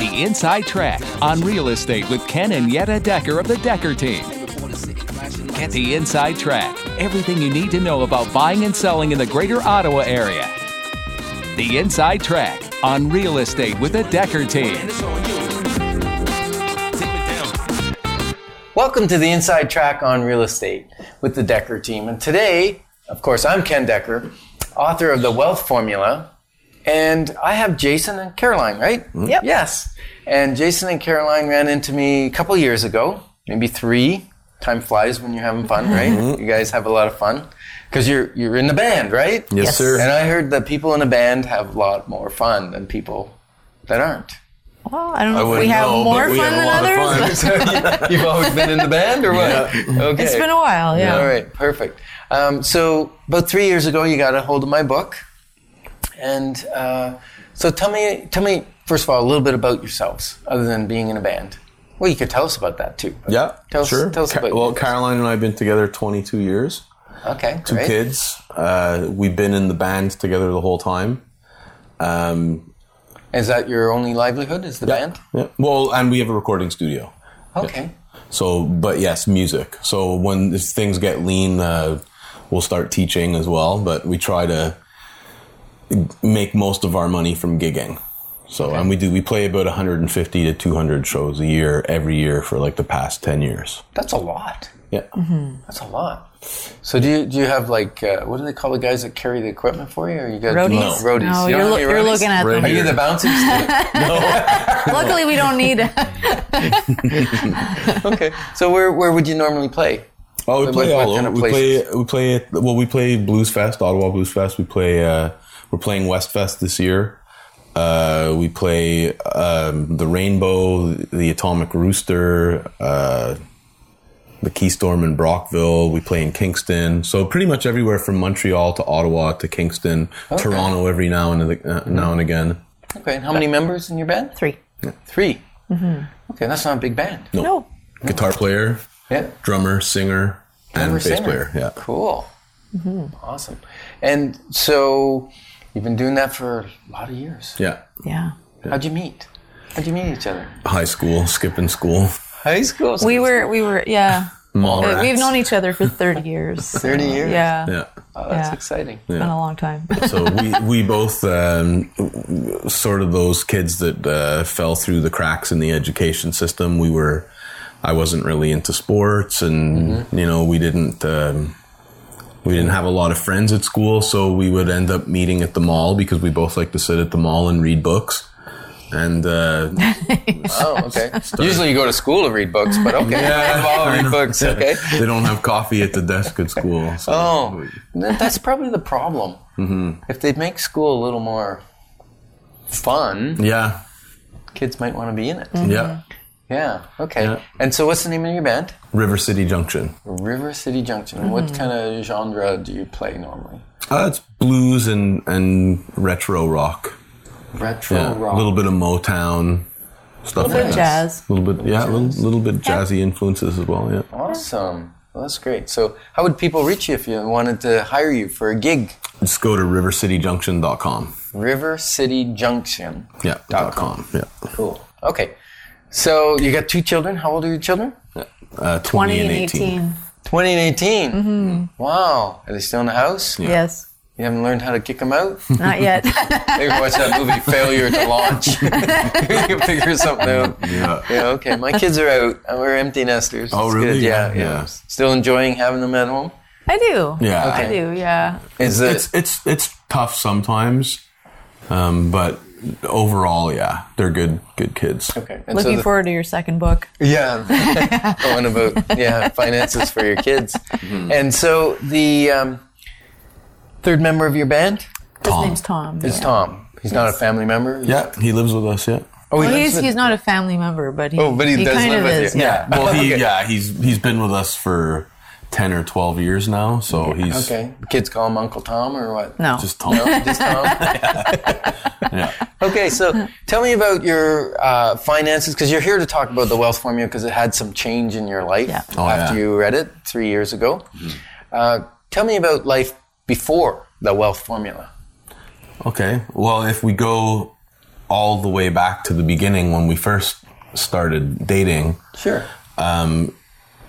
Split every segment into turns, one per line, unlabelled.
Inside Track on real estate with Ken and Yetta Decker of the Decker Team. Get the inside track, everything you need to know about buying and selling in the greater Ottawa area. The Inside Track on real estate with the Decker Team.
Welcome to the Inside Track on Real Estate with the Decker team. And today, of course, I'm Ken Decker, author of The Wealth Formula. And I have Jason and Caroline, right?
Mm-hmm.
Yep.
Yes. And Jason and Caroline ran into me a couple years ago, maybe three. Time flies when you're having fun, right?
Mm-hmm.
you guys have a lot of fun because you're you're in the band, right?
Yes,
Yes.
sir.
And I heard that people in a band have a lot more fun than people that aren't.
Well, I don't know if we
wouldn't
have
know,
more
but we
fun
have a
than
lot of
others.
fun.
but
You've always been in the band, or what? Okay.
It's been a while, yeah.
All right, perfect. Um, so about three years ago, you got a hold of my book, and uh, so tell me, tell me first of all a little bit about yourselves, other than being in a band. Well, you could tell us about that too. but
Yeah,
tell us,
sure.
Tell us
Ca-
about.
well, Caroline and I have been together 22 years.
okay,
Two
great.
kids. Uh, we've been in the band together the whole time. Um,
Is that your only livelihood? Is the band?
yeah. Well, and we have a recording studio.
Okay.
So, but yes, music. So when if things get lean, uh, we'll start teaching as well. But we try to make most of our money from gigging. So, and we do. We play about 150 to 200 shows a year, every year for like the past 10 years.
That's a lot.
Yeah.
That's a lot. So do you do you have like uh, what do they call the guys that carry the equipment for you? Or you got
Roadies?
No, roadies.
No,
You don't have
you're, loo-
any
you're
roadies?
looking at
Right
Are
them.
you the bouncers?
Luckily, we don't need.
okay. So where where would you normally play?
Oh, we
Like,
play
what
all
kind
over.
of
We play, we play, at- well, we play Blues Fest, Ottawa Blues Fest. We play, uh, we're playing West Fest this year. Uh, we play um, the Rainbow, the Atomic Rooster, uh, the Keystorm in Brockville. We play in Kingston. So pretty much everywhere from Montreal to Ottawa to Kingston, Toronto every now and uh, now and again.
Okay. And how many members in your band?
Three.
3
Mm-hmm.
Okay, that's not a big band.
No.
Guitar player,
Yeah.
drummer, singer, and
Drummer,
bass
singer.
player. Yeah.
Cool.
Mm-hmm.
Awesome. And so you've been doing that for a lot of years.
Yeah.
Yeah.
How'd you meet? How'd you meet each other?
High school, skipping school.
High school.
We were, we were, yeah.
Mall
Uh, We've
rats.
known each other for 30 years.
30 years.
Yeah.
Yeah.
Oh, that's
Yeah.
exciting.
Been a long time.
So we, we both um, sort of those kids that uh, fell through the cracks in the education system. We were, I wasn't really into sports, and you know we didn't um, we didn't have a lot of friends at school, so we would end up meeting at the mall because we both like to sit at the mall and read books. And uh,
Oh, okay. Usually you go to school to read books, but okay.
Yeah.
I'll read books. Okay.
they don't have coffee at the desk at school. So
Oh, th- that's probably the problem.
Mm-hmm.
If they make school a little more fun,
yeah,
kids might want to be in
Mm.
it.
yeah.
Yeah. Okay.
Yeah.
And so, what's the name of your band?
River City Junction.
River City Junction. What kind of genre do you play normally?
Uh, it's blues and and retro rock.
Retro
Yeah,
rock.
a little bit of Motown
Little
stuff.
bit
like
of
that.
jazz.
A little bit, yeah, a little, little bit jazzy influences as well. Yeah,
Awesome. Well, that's great. So, how would people reach you if you wanted to hire you for a gig?
just go to rivercityjunction.com.
River City Junction.
Yeah, dot com. Yeah,
Cool. Okay. So, you got two children. How old are your children?
uh, 20,
20
and
and
18.
18.
20 and 18. Wow. Are they still in the house?
Yes.
You haven't learned how to kick them out?
Not yet.
Maybe watch that movie, Failure to Launch. you can figure something out.
Yeah.
Yeah, okay. My kids are out. Uh, We're empty nesters.
Oh,
It's
really?
Good. Yeah, yeah,
Yeah, yeah.
Still enjoying having them at home.
I do.
Yeah,
I do, yeah.
Is it?
it's it's it's tough sometimes, um, but overall, yeah, they're good good kids.
okay. And
Looking
the-
forward to your second book.
Yeah, going about yeah finances for your kids.
Mm-hmm.
And so the um, third member of your band
His
Tom.
name's Tom.
is Tom. He's not a family member.
Yeah, he lives with us. Yeah.
Oh, he lives
Well, he's,
with-
he's not a family member, but he,
Oh, but he does
kind
live
of
with
is.
you.
Yeah.
Well, he yeah he's he's been with us for ten or twelve years now, so he's
okay. Kids call him Uncle Tom or what?
No.
just Tom.
Just Tom.
Yeah.
Okay, so tell me about your uh, finances because you're here to talk about the wealth formula because it had some change in your life
Yeah.
after
Oh, yeah. Mm-hmm.
you read it three years ago. Uh, tell me about life before the wealth formula.
Okay. Well, if we go all the way back to the beginning when we first started dating.
Sure.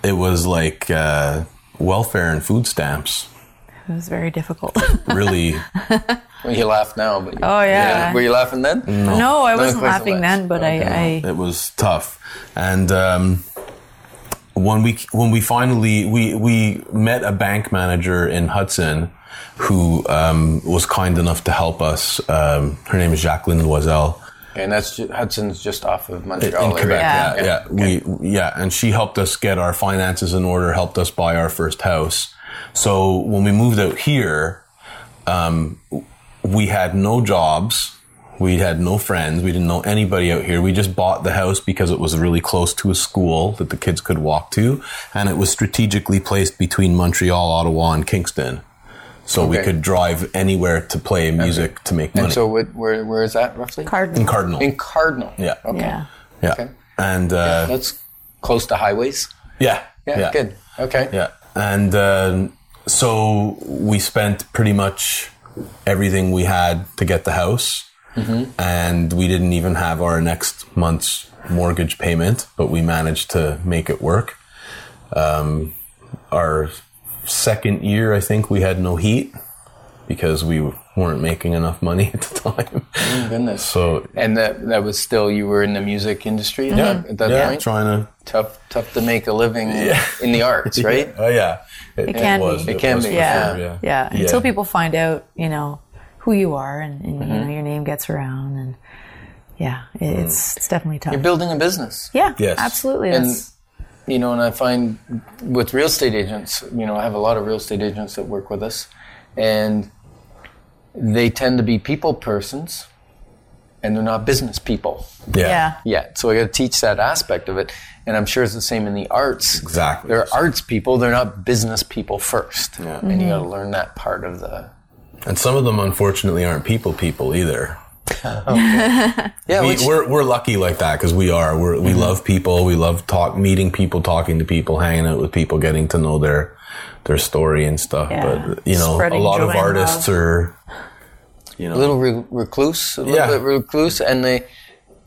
It was like uh, welfare and food stamps.
It was very difficult.
Really,
Well, you laugh now, but
Oh, yeah.
Were you laughing then?
no, I
No, of
wasn't
course it
laughing
was.
then, but I, I
it was tough. And um, when we when we finally we we met a bank manager in Hudson who um, was kind enough to help us. Um, her name is Jacqueline Loisel.
And that's ju- Hudson's just off of
in
Montreal.
Quebec.
area.
Yeah, yeah.
Yeah.
We yeah, and she helped us get our finances in order, helped us buy our first house. So when we moved out here, um, we had no jobs. We had no friends. We didn't know anybody out here. We just bought the house because it was really close to a school that the kids could walk to, and it was strategically placed between Montreal, Ottawa, and Kingston, so we
Okay.
could drive anywhere to play music to make money.
And so what, where, where is that roughly?
in
cardinal.
Cardinal,
In Cardinal.
Yeah.
Okay.
Yeah.
yeah,
okay.
and uh,
That's close to highways.
yeah,
Yeah, good. Okay.
Yeah. And uh, so we spent pretty much everything we had to get the house.
Mm-hmm.
And we didn't even have our next month's mortgage payment, but we managed to make it work. Um, our second year, I think we had no heat because we weren't making enough money at the time.
Goodness.
So,
and that that was still you were in the music industry
yeah,
then, at that
Mm-hmm. yeah,
point.
trying to
Tough tough to make a living in the arts, right?
Oh yeah, it,
can
was.
be.
It can
was
be,
for
yeah.
sure,
yeah, Until people find out, you know, who you are, and, and
Mm-hmm.
you know, your name gets around, and yeah, it, it's it's definitely tough.
You're building a business.
yeah,
Mm. Yes.
absolutely.
And-
That's,
You know, and I find with real estate agents, you know, I have a lot of real estate agents that work with us and they tend to be people persons and they're not business people
yeah.
yet. So I got to teach that aspect of it. And I'm sure it's the same in the arts.
Exactly.
They're arts people, they're not business people first.
Yeah.
And you got to learn that part of the
And some of them, unfortunately, aren't people people either.
Yeah,
We,
which-
we're, we're lucky like that because we are. We're,
Mm-hmm.
we love people. We love talk, meeting people, talking to people, hanging out with people, getting to know their their story and stuff.
Yeah.
But you know,
Spreading
a lot
joy
of
and
artists
love.
are you know
a little re- recluse, a little
Yeah.
bit recluse, and they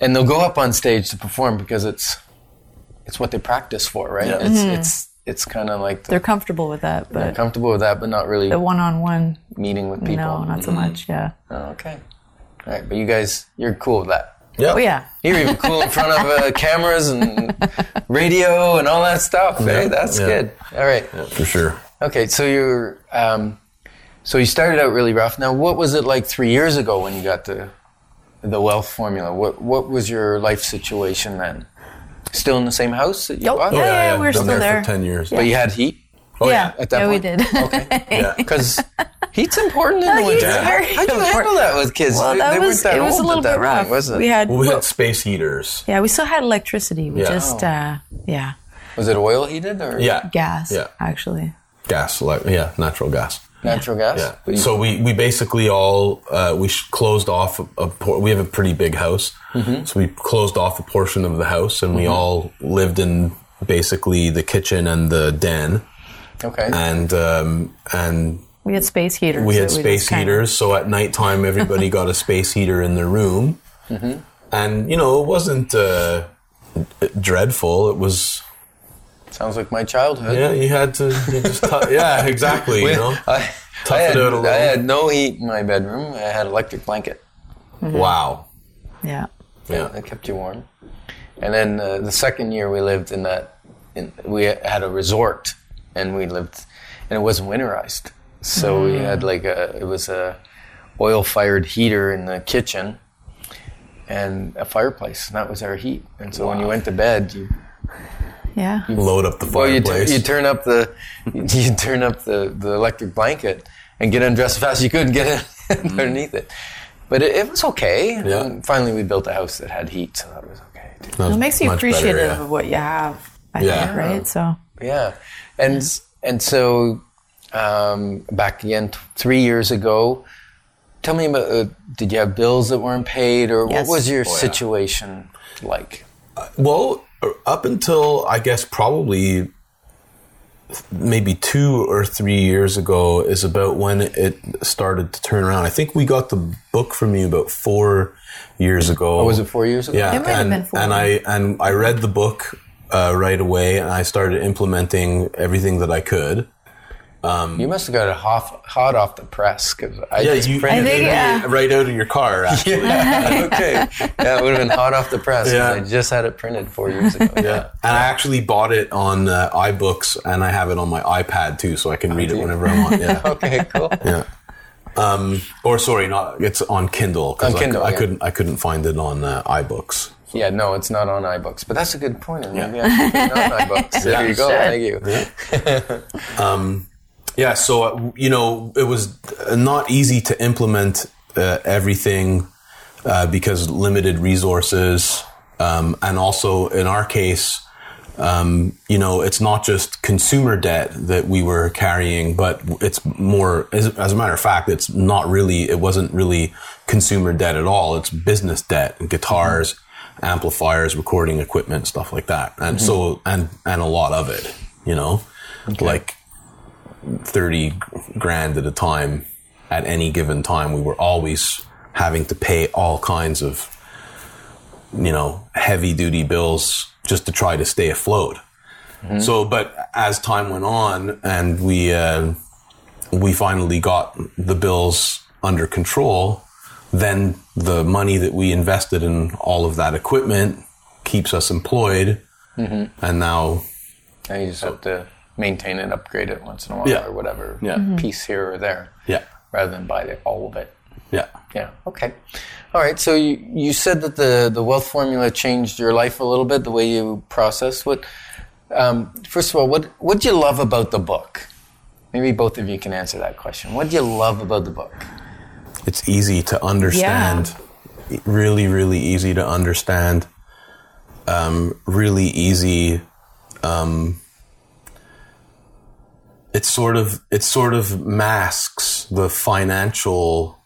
and they'll go up on stage to perform because it's it's what they practice for, right?
Yeah.
It's it's it's kind of like
Mm-hmm. they're
they're
comfortable with that, but
comfortable with that, but not really
the one-on-one,
meeting with people.
no, not so
Mm-hmm.
much. Yeah.
Oh, okay, all right, but you guys, you're cool with that.
yeah.
Oh yeah.
You're even cool in front of uh, cameras and radio and all that stuff.
Yeah,
Right? That's
yeah.
good. All right.
for sure.
Okay. So you're um, so you started out really rough. Now, what was it like three years ago when you got the the wealth formula? What what was your life situation then? Still in the same house that you
Yep.
bought,
Yeah, yeah, we're
been
still there.
for ten years.
but you had heat.
Oh,
yeah.
at that
yeah, we
point.
did.
yeah.
Because heat's important in the
heat's
winter.
very
How do you handle
important.
that with kids?
well,
They-
that
they
was
weren't that
it. Was a
old
little
at
bit
that point,
rough.
wasn't it?
We had
Well, we
well,
had space heaters.
yeah, we still had electricity. We
Yeah. Oh.
just uh, yeah,
was it oil heated or
Yeah.
gas
Yeah.
actually.
Gas. Like, yeah. Natural gas.
natural gas?
Yeah.
But you-
So we, we basically all uh, we sh- closed off a, a por- we have a pretty big house,
Mm-hmm.
so we closed off a portion of the house, and we all lived in basically the kitchen and the den,
okay.
and um, and
We had space heaters.
we had
that
space
just kinda-
heaters. So at nighttime, everybody got a space heater in their room,
Mm-hmm.
and you know it wasn't uh, dreadful. It was
Sounds like my childhood.
yeah, you had to you just tou- yeah exactly you know
I,
tough
I
it
had,
out a
I
little.
had no heat in my bedroom. I had electric blanket.
Wow.
Yeah.
Yeah.
that kept you warm. And then uh, the second year we lived in that, in, we had a resort, and we lived, and it wasn't winterized, so we
Mm.
had like a it was a oil fired heater in the kitchen, and a fireplace, and that was our heat. And so when you went to bed, you
Yeah.
Load up the
well you,
fireplace.
t- you turn up the you turn up the, the electric blanket and get undressed as fast as you could and get in underneath it. But it, it was okay.
Mm. Yeah.
And finally, we built a house that had heat, so that was okay. too.
It makes you
much better,
appreciative
yeah.
of what you have. I
Yeah.
think, right? So
Yeah, and and so um, back again t- three years ago. Tell me about uh, did you have bills that weren't paid, or
Yes.
what was
Oh,
your situation like?
Well, up until I guess probably maybe two or three years ago is about when it started to turn around. I think we got the book from you about four years ago.
Oh, was it four years ago?
Yeah,
It might have
and,
been four.
and I and I read the book uh, right away, and I started implementing everything that I could.
You must have got it hot, hot off the press because I just
I
printed
think,
it.
yeah.
right out of your car. Actually.
Yeah, okay. Yeah, it would have been hot off the press. 'cause
Yeah.
I just had it printed four years ago.
Yeah, and I actually bought it on uh, iBooks, and I have it on my iPad too, so I
Oh,
can read it whenever I want. Yeah,
Okay, cool.
yeah. Um, or sorry, not it's on Kindle
On
because I, cou-
Kindle,
I
yeah.
couldn't I couldn't find it on uh, iBooks.
Yeah, no, it's not on iBooks, but that's a good point. and Maybe I should put it on iBooks. There you go. Thank you.
Yeah, so uh, you know, it was uh, not easy to implement uh, everything uh, because limited resources, um, and also in our case, um, you know, it's not just consumer debt that we were carrying, but it's more. As, as a matter of fact, it's not really. It wasn't really consumer debt at all. It's business debt, guitars, amplifiers, recording equipment, stuff like that, and so and and a lot of it. You know, like 30 grand at a time at any given time. We were always having to pay all kinds of, you know, heavy duty bills just to try to stay afloat. So, but as time went on and we, uh, we finally got the bills under control, then the money that we invested in all of that equipment keeps us employed. And now
And you just have to maintain it, upgrade it once in a while,
Yeah.
or whatever
Yeah. Mhm.
piece here or there.
Yeah.
Rather than buy the, all of it.
Yeah.
Yeah. Okay. All right. So you, you said that the, the wealth formula changed your life a little bit, the way you process. What? Um, first of all, what what do you love about the book? Maybe both of you can answer that question. What do you love about the book?
it's easy to understand. Really, really easy to understand. Um, really easy. Um, it's sort of it sort of masks the financial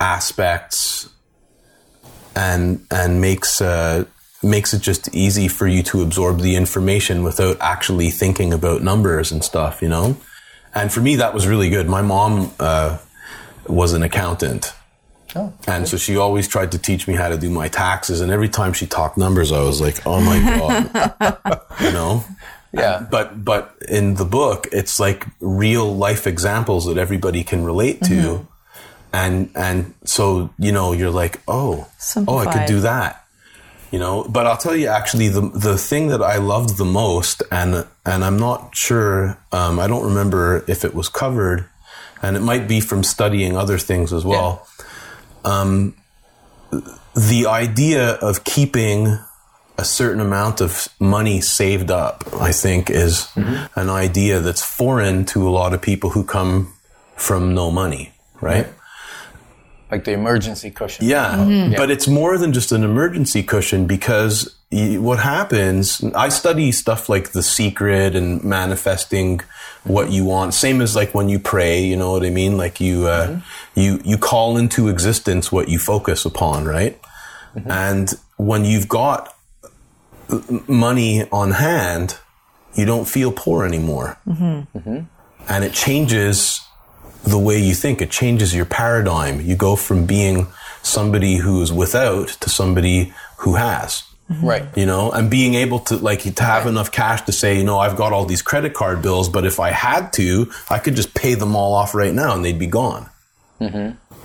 aspects and and makes uh, makes it just easy for you to absorb the information without actually thinking about numbers and stuff, you know. And for me, that was really good. My mom uh, was an accountant. And so she always tried to teach me how to do my taxes. And every time she talked numbers, I was like, oh my God. you know?
Yeah.
But but in the book, it's like real life examples that everybody can relate to. And and so, you know, you're like, oh, oh, I could
Simplified.
do that. You know, but I'll tell you actually the the thing that I loved the most, and and I'm not sure, um, I don't remember if it was covered, and it might be from studying other things as well. Um, the idea of keeping a certain amount of money saved up, I think, is an idea that's foreign to a lot of people who come from no money, right?
Like the emergency cushion.
Yeah. But it's more than just an emergency cushion because y- what happens, I study stuff like the secret and manifesting what you want. Same as like when you pray, you know what I mean? Like you, uh, you, you call into existence what you focus upon, right? And when you've got uh, m- money on hand, you don't feel poor anymore. And it changes the way you think. It changes your paradigm. You go from being somebody who is without to somebody who has.
Right.
You know, and being able to like to have enough cash to say, you know, I've got all these credit card bills, but if I had to, I could just pay them all off right now and they'd be gone.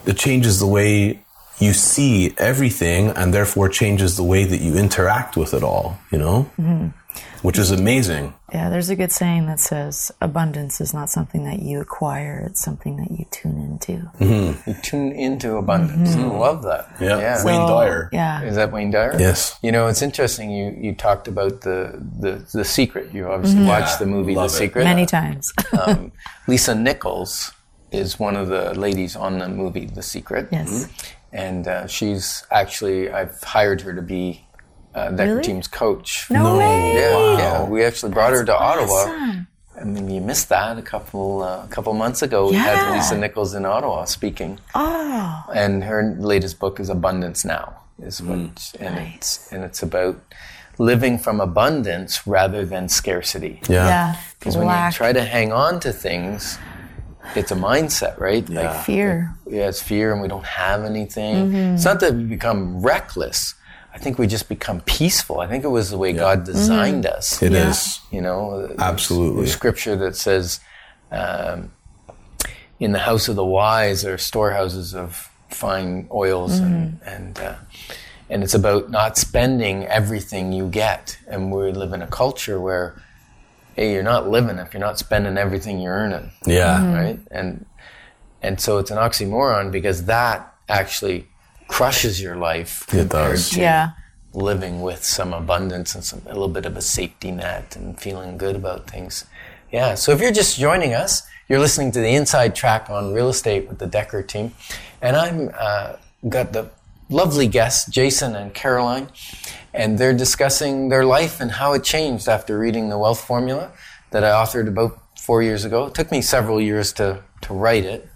It changes the way you see everything, and therefore changes the way that you interact with it all. You know, which is amazing.
Yeah, there's a good saying that says abundance is not something that you acquire, it's something that you tune into.
You tune into abundance. I love that.
Yeah.
Yeah.
Wayne Dyer.
Yeah.
Is that Wayne Dyer?
Yes.
You know, it's interesting. You you talked about the the, the secret. You obviously watched the movie The
love it.
Secret.
Mm-hmm.
Uh,
Many times.
Lisa Nichols is one of the ladies on the movie The Secret.
Yes.
And uh, she's actually, I've hired her to be uh, that
Really?
team's coach.
No, way.
Yeah,
Wow.
yeah. We actually brought her to Ottawa.
Awesome.
I mean, you missed that a couple uh, a couple months ago. We had
Yeah.
Lisa Nichols in Ottawa speaking,
Oh,
and her latest book is Abundance Now. Is what, and it's and it's about living from abundance rather than scarcity.
yeah.
Because when you
Lack,
try to hang on to things, it's a mindset, right? Yeah. uh, Like,
fear.
yeah, it's fear and we don't have anything. It's not that we become reckless. I think we just become peaceful. I think it was the way God designed us.
It is.
Yeah.
You know, there's-
Absolutely.
there's scripture that says, um, "In the house of the wise are storehouses of fine oils," and and, uh, and it's about not spending everything you get. And we live in a culture where, hey, you're not living if you're not spending everything you're earning,
Yeah.
Mm-hmm.
right? And and so it's an oxymoron because that actually crushes your life
It does.
Yeah.
living with some abundance and some, a little bit of a safety net and feeling good about things. Yeah. So if you're just joining us, you're listening to the Inside Track on Real Estate with the Decker team, and I'm uh, got the lovely guests Jason and Caroline, and they're discussing their life and how it changed after reading the Wealth Formula that I authored about four years ago. It took me several years to to write it.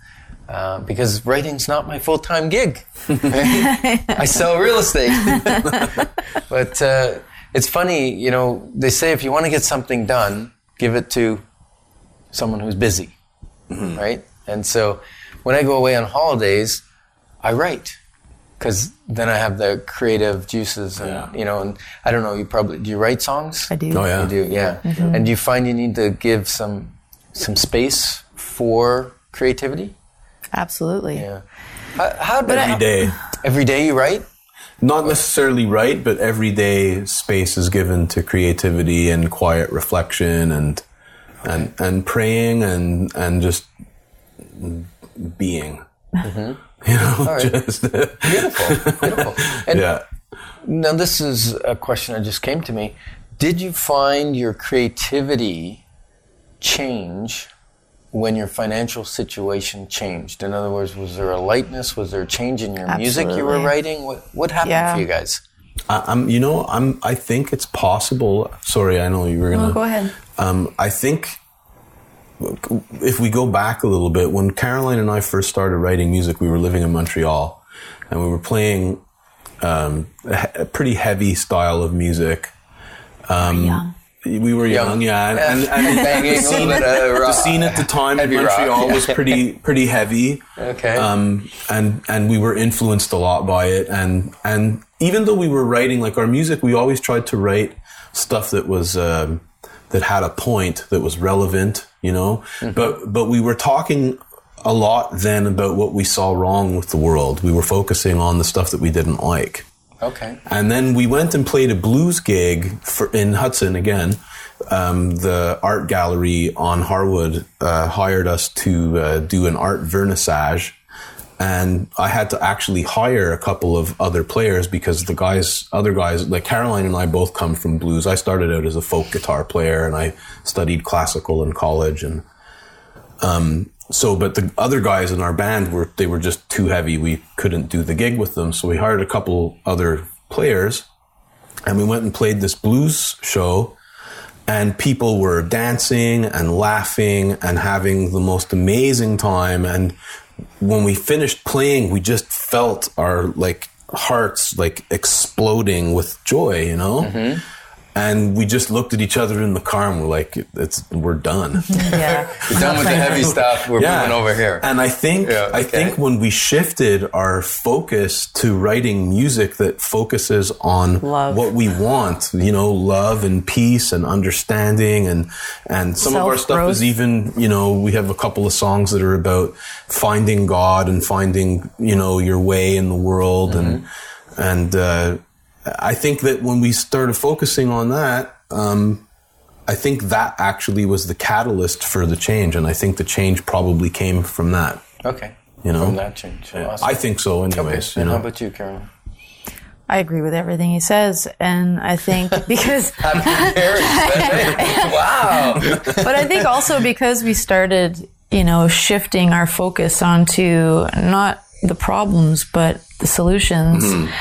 Uh, because writing's not my full-time gig. I sell real estate. But uh, it's funny, you know, they say if you want to get something done, give it to someone who's busy,
Mm-hmm.
right? And so when I go away on holidays, I write because then I have the creative juices and,
Yeah.
you know, and I don't know, you probably, do you write songs?
I do. Mm-hmm.
Oh yeah.
You do, yeah. And do you find you need to give some, some space for creativity?
Absolutely.
Yeah. How, Uh, how did
Every day.
every day you write?
Not necessarily right, but every day space is given to creativity and quiet reflection and and and praying and and just being. You know, just
Beautiful, beautiful. And
yeah.
Now, this is a question that just came to me. Did you find your creativity change when your financial situation changed? In other words, was there a lightness? Was there a change in your music you were
Absolutely.
writing? What, what happened
Yeah.
for you guys?
I, I'm. You know, I'm. I think it's possible. Sorry, I know you were gonna
Well, go ahead.
Um, I think if we go back a little bit, when Caroline and I first started writing music, we were living in Montreal and we were playing um, a, he- a pretty heavy style of music.
yeah.
We were young, yeah, and, and, and
Banging a little bit of
the
rock.
scene at the time in
uh, Heavy rock,
Montreal
yeah.
was pretty pretty heavy.
Okay.
Um, and and we were influenced a lot by it, and and even though we were writing like our music, we always tried to write stuff that was um, that had a point that was relevant, you know.
Mm-hmm.
But but we were talking a lot then about what we saw wrong with the world. We were focusing on the stuff that we didn't like.
okay.
And then we went and played a blues gig for, in Hudson again. Um, the art gallery on Harwood uh, hired us to uh, do an art vernissage. And I had to actually hire a couple of other players because the guys, other guys, like Caroline and I both come from blues. I started out as a folk guitar player and I studied classical in college and so but the other guys in our band were they were just too heavy we couldn't do the gig with them so we hired a couple other players and we went and played this blues show and people were dancing and laughing and having the most amazing time and when we finished playing we just felt our like hearts like exploding with joy you know and we just looked at each other in the car and we're like it's we're done
Yeah.
We're done with the heavy stuff. We're moving over here.
and I think
Yeah,
I
okay.
think when we shifted our focus to writing music that focuses on
Love.
what we want, you know, love and peace and understanding and and some of our stuff is
Self-growth.
even, you know, we have a couple of songs that are about finding God and finding, you know, your way in the world
Mm-hmm.
and and uh I think that when we started focusing on that, um, I think that actually was the catalyst for the change, and I think the change probably came from that.
Okay.
You know,
From that change. Awesome.
I think so.
Okay.
Anyways,
And
you
how
know,
about you, Carolyn?
I agree with everything he says. And I think because,
wow.
but I think also because we started, you know, shifting our focus onto not the problems, but the solutions.
Mm-hmm.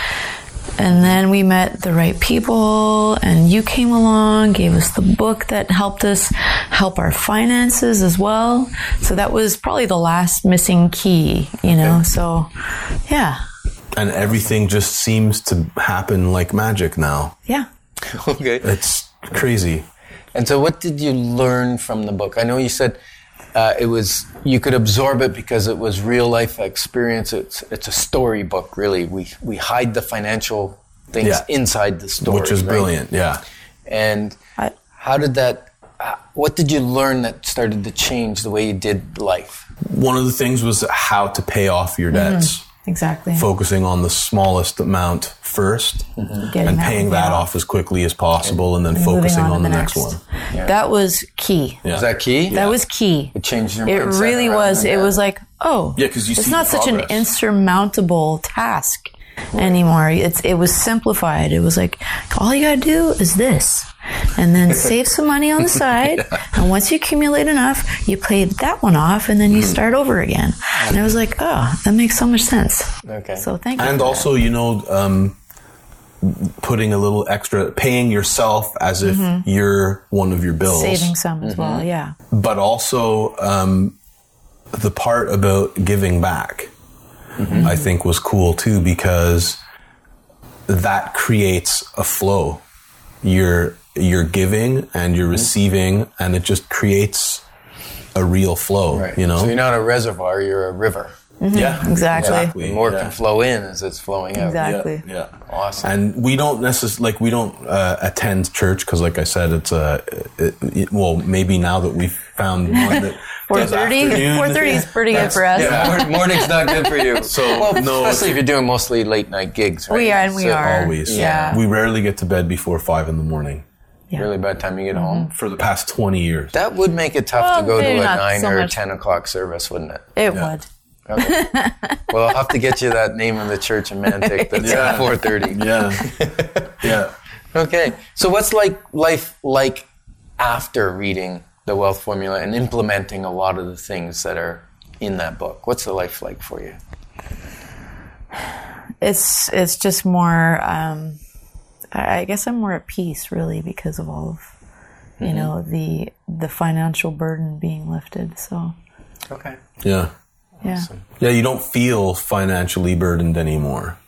And then we met the right people, and you came along, gave us the book that helped us help our finances as well. So that was probably the last missing key, you know. So, yeah,
and everything just seems to happen like magic now.
yeah.
okay.
It's crazy.
And so, what did you learn from the book? I know you said uh, it was you could absorb it because it was real life experience. It's it's a storybook, really. We we hide the financial things
Yeah.
inside the story,
Which is
right?
brilliant. Yeah.
And
I-
how did that? uh, What did you learn that started to change the way you did life?
One of the things was how to pay off your debts,
Exactly.
focusing on the smallest amount 1st
Getting
and
that
paying
one
that
off.
off as quickly as possible and then
Moving
focusing on, the next, one.
That was key.
Yeah.
Is that key?
That was key.
It changed your
It
mindset
really
around
was.
it,
It
yeah.
was like, oh,
Yeah, 'cause you
it's
see
not
the
such an
progress.
insurmountable task anymore. It's it was simplified. It was like all you gotta do is this, and then save some money on the side. And once you accumulate enough, you pay that one off, and then
Hmm.
you start over again. And I was like, oh, that makes so much sense.
Okay.
So thank you.
And
for
also, you know, um, putting a little extra, paying yourself as if you're one of your bills.
saving some as well.
Mm-hmm.
Yeah.
but also um, the part about giving back, I think, was cool too because that creates a flow. You're you're giving and you're receiving, and it just creates a real flow.
Right.
You know,
So you're not a reservoir; you're a river.
yeah,
Exactly.
More
yeah.
can flow in as it's flowing out.
Exactly.
Yeah.
Awesome.
And we don't necessarily like we don't uh, attend church because, like I said, it's a it, it- well maybe now that we've found one that does
4:30?
afternoon.
4:30 is pretty good for us.
Yeah, mor- morning's not good for you.
So,
well,
no,
especially if you're doing mostly late night gigs. Right?
We are and we
So,
are.
always.
Yeah.
We rarely get to bed before five in the morning
oh, Really, by the time you get home,
for the past 20 years.
that would make it tough
Mm-hmm. Well,
to go to
maybe
a
not
nine
so
or
much.
ten o'clock service, wouldn't it?
It would.
Well, I'll have to get you that name of the church in Mantic. That's
Yeah.
at four thirty.
yeah. yeah.
Okay. So, what's like life like after reading the Wealth Formula and implementing a lot of the things that are in that book? What's the life like for you?
it's it's just more um I I guess I'm more at peace really because of all of you
Mm-hmm.
know the the financial burden being lifted so
Okay.
Yeah.
yeah
Yeah, you don't feel financially burdened anymore.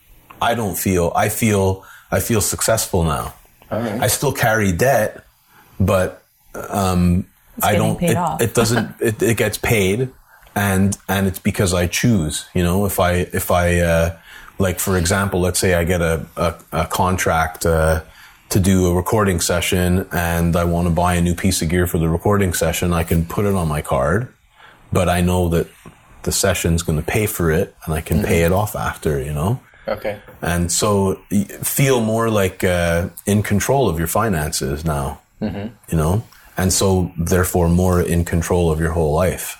I don't feel I feel I feel successful now. I still carry debt, but um I
getting
don't
paid
it,
off.
it doesn't it, it gets paid and and it's because I choose, you know, if I if I uh like for example, let's say I get a a, a contract uh to do a recording session and I want to buy a new piece of gear for the recording session, I can put it on my card but I know that the session's going to pay for it and I can pay it off after, you know?
Okay.
And so y- feel more like uh, in control of your finances now, you know? And so therefore more in control of your whole life.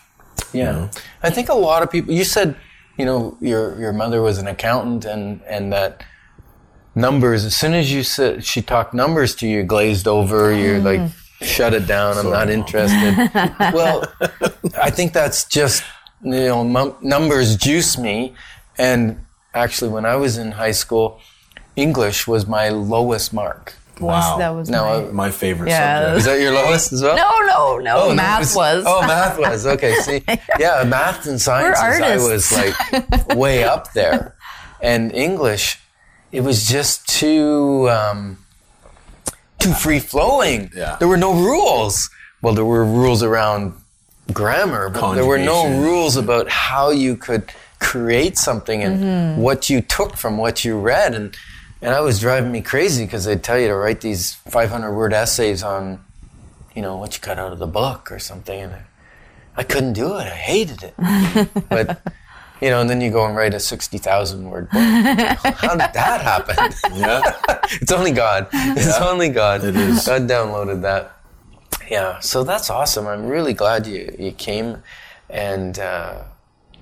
Yeah. I think a lot of people you said, you know, your your mother was an accountant and and that numbers as soon as you said she talked numbers to you you glazed over, you're like shut it down, I'm not interested. well, I think that's just you know, mum numbers juice me and actually when I was in high school, English was my lowest mark.
Wow.
that was
Now,
my,
uh,
my favorite
Yeah,
subject.
Is that your lowest as well?
no no no
no,
math
it's-
was
Oh, math was. Okay, see. Yeah, math and sciences, I was like way up there. And English, it was just too um, too free flowing.
Yeah.
There were no rules. Well, there were rules around grammar, but there were no
Conjugation.
rules about how you could create something and what you took from what you read. And and I was driving me crazy because they'd tell you to write these 500 word essays on you know, what you cut out of the book or something. And I, I couldn't do it. I hated it. but, you know, and then you go and write a 60,000 word book. How did that happen?
Yeah.
it's only God. It's only God.
It is.
God downloaded that. Yeah. So that's awesome. I'm really glad you, you came and, uh,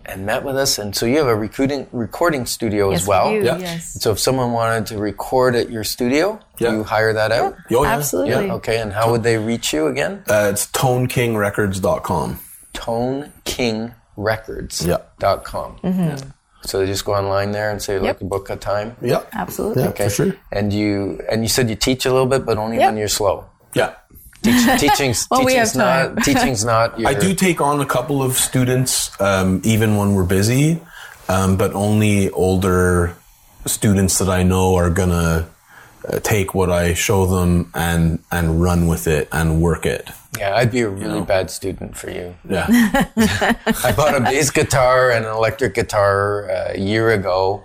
and met with us. And so you have a recruiting, recording studio
Yes,
as well.
you,
Yeah.
yes
So if someone wanted to record at your studio,
Yeah.
you hire that out?
Oh, yeah.
absolutely
Yeah.
Okay, and how would they reach you again?
Uh, it's tonekingrecords.com.
tonekingrecords.com.
Mm-hmm.
So they just go online there and say, like, book a time.
Yeah.
Absolutely.
Yeah, for sure.
And you and you said you teach a little bit, but only
Yep.
when you're slow.
Yeah.
Teach, teaching's
Well, we
teaching's
have time.
not teaching's not. Your,
I do take on a couple of students, um, even when we're busy, um, but only older students that I know are gonna uh, take what I show them and and run with it and work it.
Yeah, I'd be a really bad student for you.
Yeah,
I bought a bass guitar and an electric guitar uh, a year ago,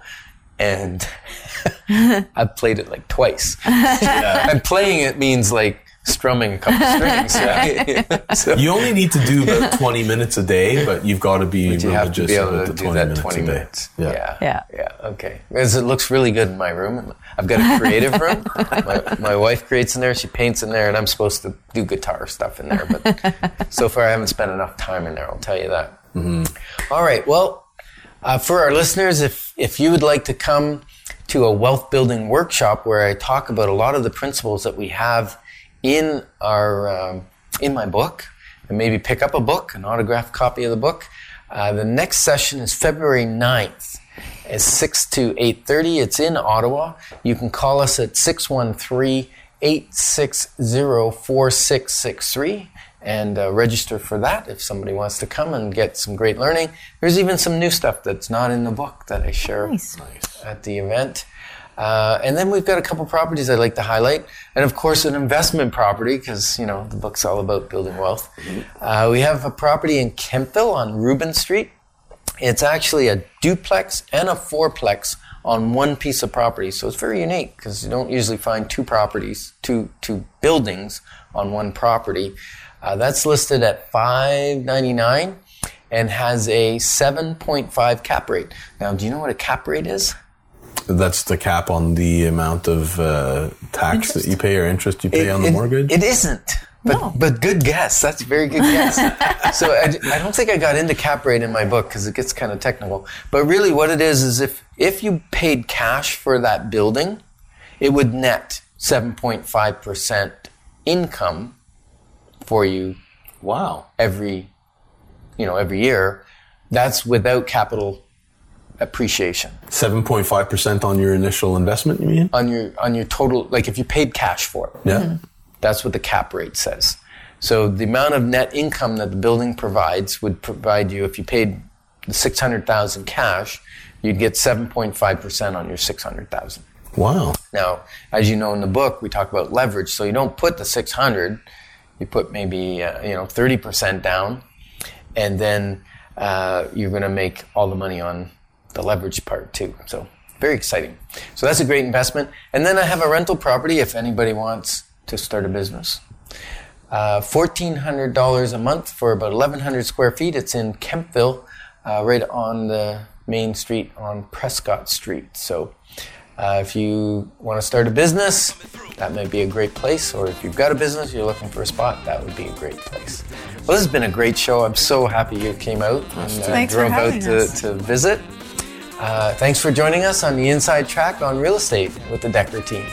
and I played it like twice. And playing it means like strumming a couple strings. Right? so
you only need to do about twenty minutes a day, but you've got to be
you have to
religious
be able
about
to
the
do
twenty
that
minutes a
20
day.
minutes.
Yeah.
yeah.
Yeah.
Yeah. Okay. Because it looks really good in my room. I've got a creative room. My, my wife creates in there. She paints in there, and I'm supposed to do guitar stuff in there. But so far, I haven't spent enough time in there. I'll tell you that. All right. Well, uh, for our listeners, if if you would like to come to a wealth building workshop where I talk about a lot of the principles that we have in our um, in my book, and maybe pick up a book, an autographed copy of the book. Uh, the next session is February 9th. It's 6 to 8.30. It's in Ottawa. You can call us at 613-860-4663 and uh, register for that if somebody wants to come and get some great learning. There's even some new stuff that's not in the book that I share at the event. Uh, and then we've got a couple properties I'd like to highlight, and of course an investment property because you know the book's all about building wealth. Uh, we have a property in Kempville on Reuben Street. It's actually a duplex and a fourplex on one piece of property. So it's very unique because you don't usually find two properties, two two buildings on one property. Uh, that's listed at five ninety nine and has a seven point five cap rate. Now, do you know what a cap rate is?
That's the cap on the amount of uh, tax that you pay or interest you pay on the
It-
mortgage.
It isn't. But, but good guess. That's a very good guess. so I, I don't think I got into cap rate in my book because it gets kind of technical. But really, what it is is if if you paid cash for that building, it would net seven point five percent income for you
wow.
every you know every year. That's without capital appreciation
7.5% on your initial investment, you mean?
on your on your total. Like if you paid cash for it.
Yeah.
That's what the cap rate says. So the amount of net income that the building provides would provide you if you paid the 600,000 cash, you'd get 7.5% on your 600,000.
Wow.
Now, as you know in the book, we talk about leverage. So you don't put the 600, you put maybe uh, you know 30% down, and then uh, you're going to make all the money on the leverage part too. So very exciting. So that's a great investment. And then I have a rental property if anybody wants to start a business. Uh, $1,400 a month for about 1,100 square feet. It's in Kempville, uh, right on the main street on Prescott Street. So uh, if you want to start a business, that might be a great place. Or if you've got a business, you're looking for a spot, that would be a great place. Well, this has been a great show. I'm so happy you came out and uh,
Thanks for
drove out
having
to,
us.
to visit. Uh, thanks for joining us on the Inside Track on Real Estate with the Decker team.